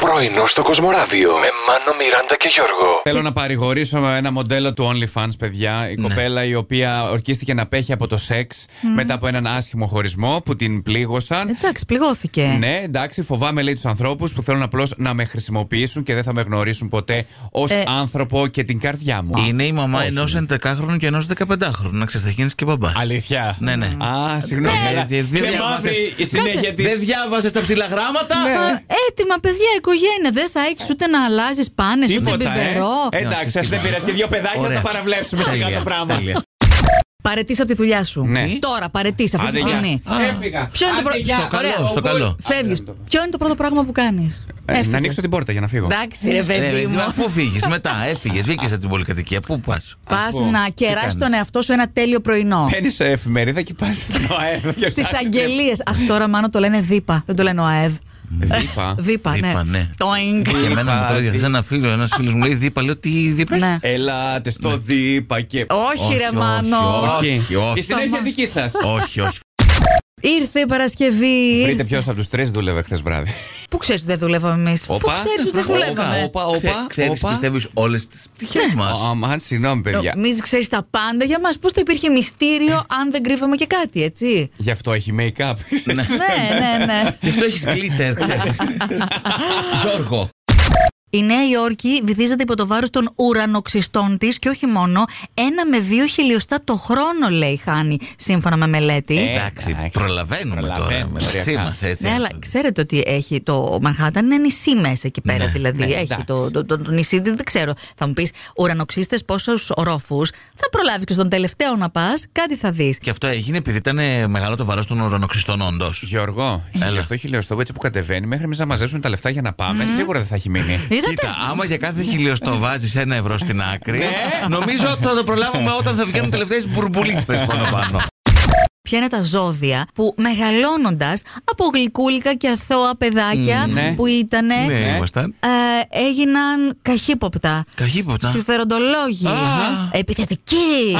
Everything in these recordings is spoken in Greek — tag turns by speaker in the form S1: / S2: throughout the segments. S1: Πρωινό στο Κοσμοράδιο με Μάνο, Μιράντα και Γιώργο.
S2: Θέλω να παρηγορήσω ένα μοντέλο του OnlyFans, παιδιά. Η
S3: Ναι.
S2: κοπέλα η οποία ορκίστηκε να πέχει από το σεξ μετά από έναν άσχημο χωρισμό που την πλήγωσαν.
S4: Εντάξει, πληγώθηκε.
S3: ε.
S2: Ναι, εντάξει, φοβάμαι λέει τους ανθρώπους που θέλουν απλώς να με χρησιμοποιήσουν και δεν θα με γνωρίσουν ποτέ ως
S4: Ε.
S2: άνθρωπο και την καρδιά μου.
S3: Είναι η μαμά ενό 11χρονου και ενός 15χρονου. Να ξέρεις, θα γίνεις και μπαμπάς.
S2: Αλήθεια.
S3: Ναι, ναι.
S2: Α, συγγνώμη.
S3: Ναι.
S2: αλλά
S3: Δι- δι-
S2: Είναι
S3: διαβάζεις.
S2: μαύρη η συνέχεια της.
S3: Δεν διάβασες τα ψηλά γράμματα.
S4: Α, Έτοιμα, παιδιά, οικογένεια. Δεν θα έχεις ούτε να αλλάζεις πάνες, ούτε
S2: Τίποτα, ε.
S4: μπιμπερό.
S2: Εντάξει, ας δεν πήρε και δύο παιδάκια, θα
S3: Ωραία.
S2: τα παραβλέψουμε σε κάτω
S3: Τέλεια,
S2: πράγμα.
S3: τέλεια.
S4: Παρετής από τη δουλειά σου.
S2: Ναι.
S4: Τώρα, παρετής αυτή τη
S2: Άντε, γεια.
S4: στιγμή.
S2: Α, Έφυγα.
S4: Ποιο
S2: Άντε,
S4: είναι το πρώτο-
S2: γεια.
S4: Στο καλό,
S2: Ωραία.
S3: στο καλό.
S4: Φεύγει. Ποιο είναι το πρώτο πράγμα που κάνεις.
S2: Ε, Να ανοίξω την πόρτα για να φύγω.
S4: Εντάξει, ρε
S3: Ε,
S4: παιδί
S3: ρε,
S4: μου.
S3: Αφού φύγεις, μετά έφυγες, βγήκες από την πολυκατοικία. Πού πας.
S4: Πας
S2: Λοιπόν,
S4: να
S2: τι Ε,
S4: κεράσει
S3: κάνεις?
S4: τον εαυτό σου ένα τέλειο πρωινό.
S2: Παίρνει εφημερίδα και πας στην ΟΑΕΔ. για
S4: Στι
S2: να-
S4: αγγελίες. Αχ, τώρα μάνο το λένε δίπα. Δεν το λένε ΟΑΕΔ.
S2: Δίπα.
S4: Δίπα,
S3: Δίπα, ναι.
S4: ναι. Τόινγκ.
S3: Και εμένα μου το
S2: Είπα,
S3: έδιωξε ένα φίλο, ένας φίλος μου λέει Δίπα, λέω τι δίπες.
S4: Ναι.
S2: Ελάτε στο δίπα και.
S4: Όχι, ρε
S3: όχι,
S4: Μάνο.
S3: όχι, όχι.
S2: Η συνέχεια
S4: Σταμά.
S2: δική σας.
S3: Όχι, όχι.
S4: Ήρθε η Παρασκευή.
S2: Βρείτε ποιος από τους τρεις δούλευε χθες βράδυ.
S4: Πού ξέρεις ότι δεν δουλεύαμε εμείς. Πού
S2: Όπα.
S4: ξέρεις ότι δεν
S2: Όπα,
S4: δουλεύαμε.
S2: όπα, όπα,
S3: Ξέρεις,
S2: όπα.
S3: πιστεύεις όλες τις πτυχές μας.
S2: Α, μα, συγγνώμη, παιδιά. Ναι.
S4: Νομίζει, ξέρεις τα πάντα για μας. Πώς θα υπήρχε μυστήριο αν δεν κρύβαμε και κάτι, έτσι.
S2: Γι' αυτό έχει make-up.
S4: ναι, ναι, ναι.
S3: Γι' αυτό έχεις γκλίτερ, ξέρεις. Γιώργο.
S4: Η Νέα Υόρκη βυθίζεται υπό το βάρος των ουρανοξυστών της και όχι μόνο. Ένα με δύο χιλιοστά το χρόνο, λέει, χάνει, σύμφωνα με μελέτη.
S2: Ε,
S3: Εντάξει, προλαβαίνουμε τώρα.
S2: προλαβαίνουμε,
S3: Μεταξύ
S2: ωριακά.
S3: μας, έτσι.
S4: Ναι, αλλά ξέρετε ότι έχει το Μανχάταν είναι νησί μέσα εκεί πέρα. δηλαδή
S2: ναι,
S4: έχει
S2: εντάξει.
S4: το, το, το, το νησί, δεν δεν ξέρω. Θα μου πεις ουρανοξύστες πόσους ορόφους. Θα προλάβει και στον τελευταίο να πας, κάτι θα δεις.
S3: Και αυτό έγινε επειδή ήταν ε, μεγάλο το βάρος των ουρανοξυστών, όντως.
S2: Γιώργο, χιλιοστό, χιλιοστό, έτσι που κατεβαίνει, μέχρι εμείς να μαζέψουμε τα λεφτά για να πάμε, σίγουρα δεν θα έχει μείνει.
S4: Είδατε.
S3: Κοίτα, άμα για κάθε χιλιοστό βάζεις ένα ευρώ στην άκρη, νομίζω ότι θα το προλάβουμε όταν θα βγαίνουν τελευταίες μπουρμπουλίθε πάνω πάνω.
S4: Ποια είναι τα ζώδια που μεγαλώνοντας από γλυκούλικα και αθώα παιδάκια
S2: ναι.
S4: που ήταν.
S3: Ναι, ήμασταν.
S4: έγιναν καχύποπτα.
S3: Καχύποπτα.
S4: Συμφεροντολόγοι.
S3: Α.
S4: Επιθετικοί.
S2: Η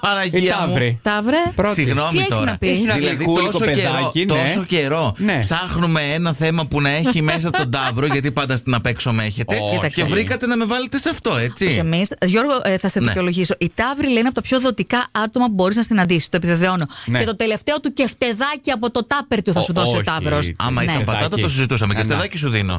S3: Παναγία μου.
S2: Ταύρη.
S4: Ταύρε.
S2: Πρώτη.
S3: Συγγνώμη
S4: Τι έχεις
S3: τώρα.
S4: να πεις? Έχει
S2: ένα
S3: δηλαδή,
S2: γλυκούλικο
S3: τόσο,
S2: παιδάκι,
S3: καιρό,
S2: ναι.
S3: τόσο καιρό
S2: Ναι.
S3: ψάχνουμε ένα θέμα που να έχει μέσα τον τάβρο, γιατί πάντα στην απέξω με έχετε.
S2: Όχι.
S3: Και βρήκατε να με βάλετε σε αυτό,
S4: Και
S3: έτσι.
S4: εμείς, Γιώργο, ε, θα σε
S3: Ναι.
S4: δικαιολογήσω. Η Ταύρη λέει είναι από τα πιο δοτικά άτομα που μπορείς να συναντήσεις. Το επιβεβαιώνω.
S2: Ναι.
S4: Και το τελευταίο του κεφτεδάκι από το τάπερ του θα
S2: Ο-
S4: σου δώσει
S2: όχι.
S4: ο Ταύρος.
S3: Άμα
S2: Ναι.
S3: ήταν πατάτα, το συζητούσαμε. Και
S2: Ναι, ναι.
S3: φτεδάκι σου δίνω.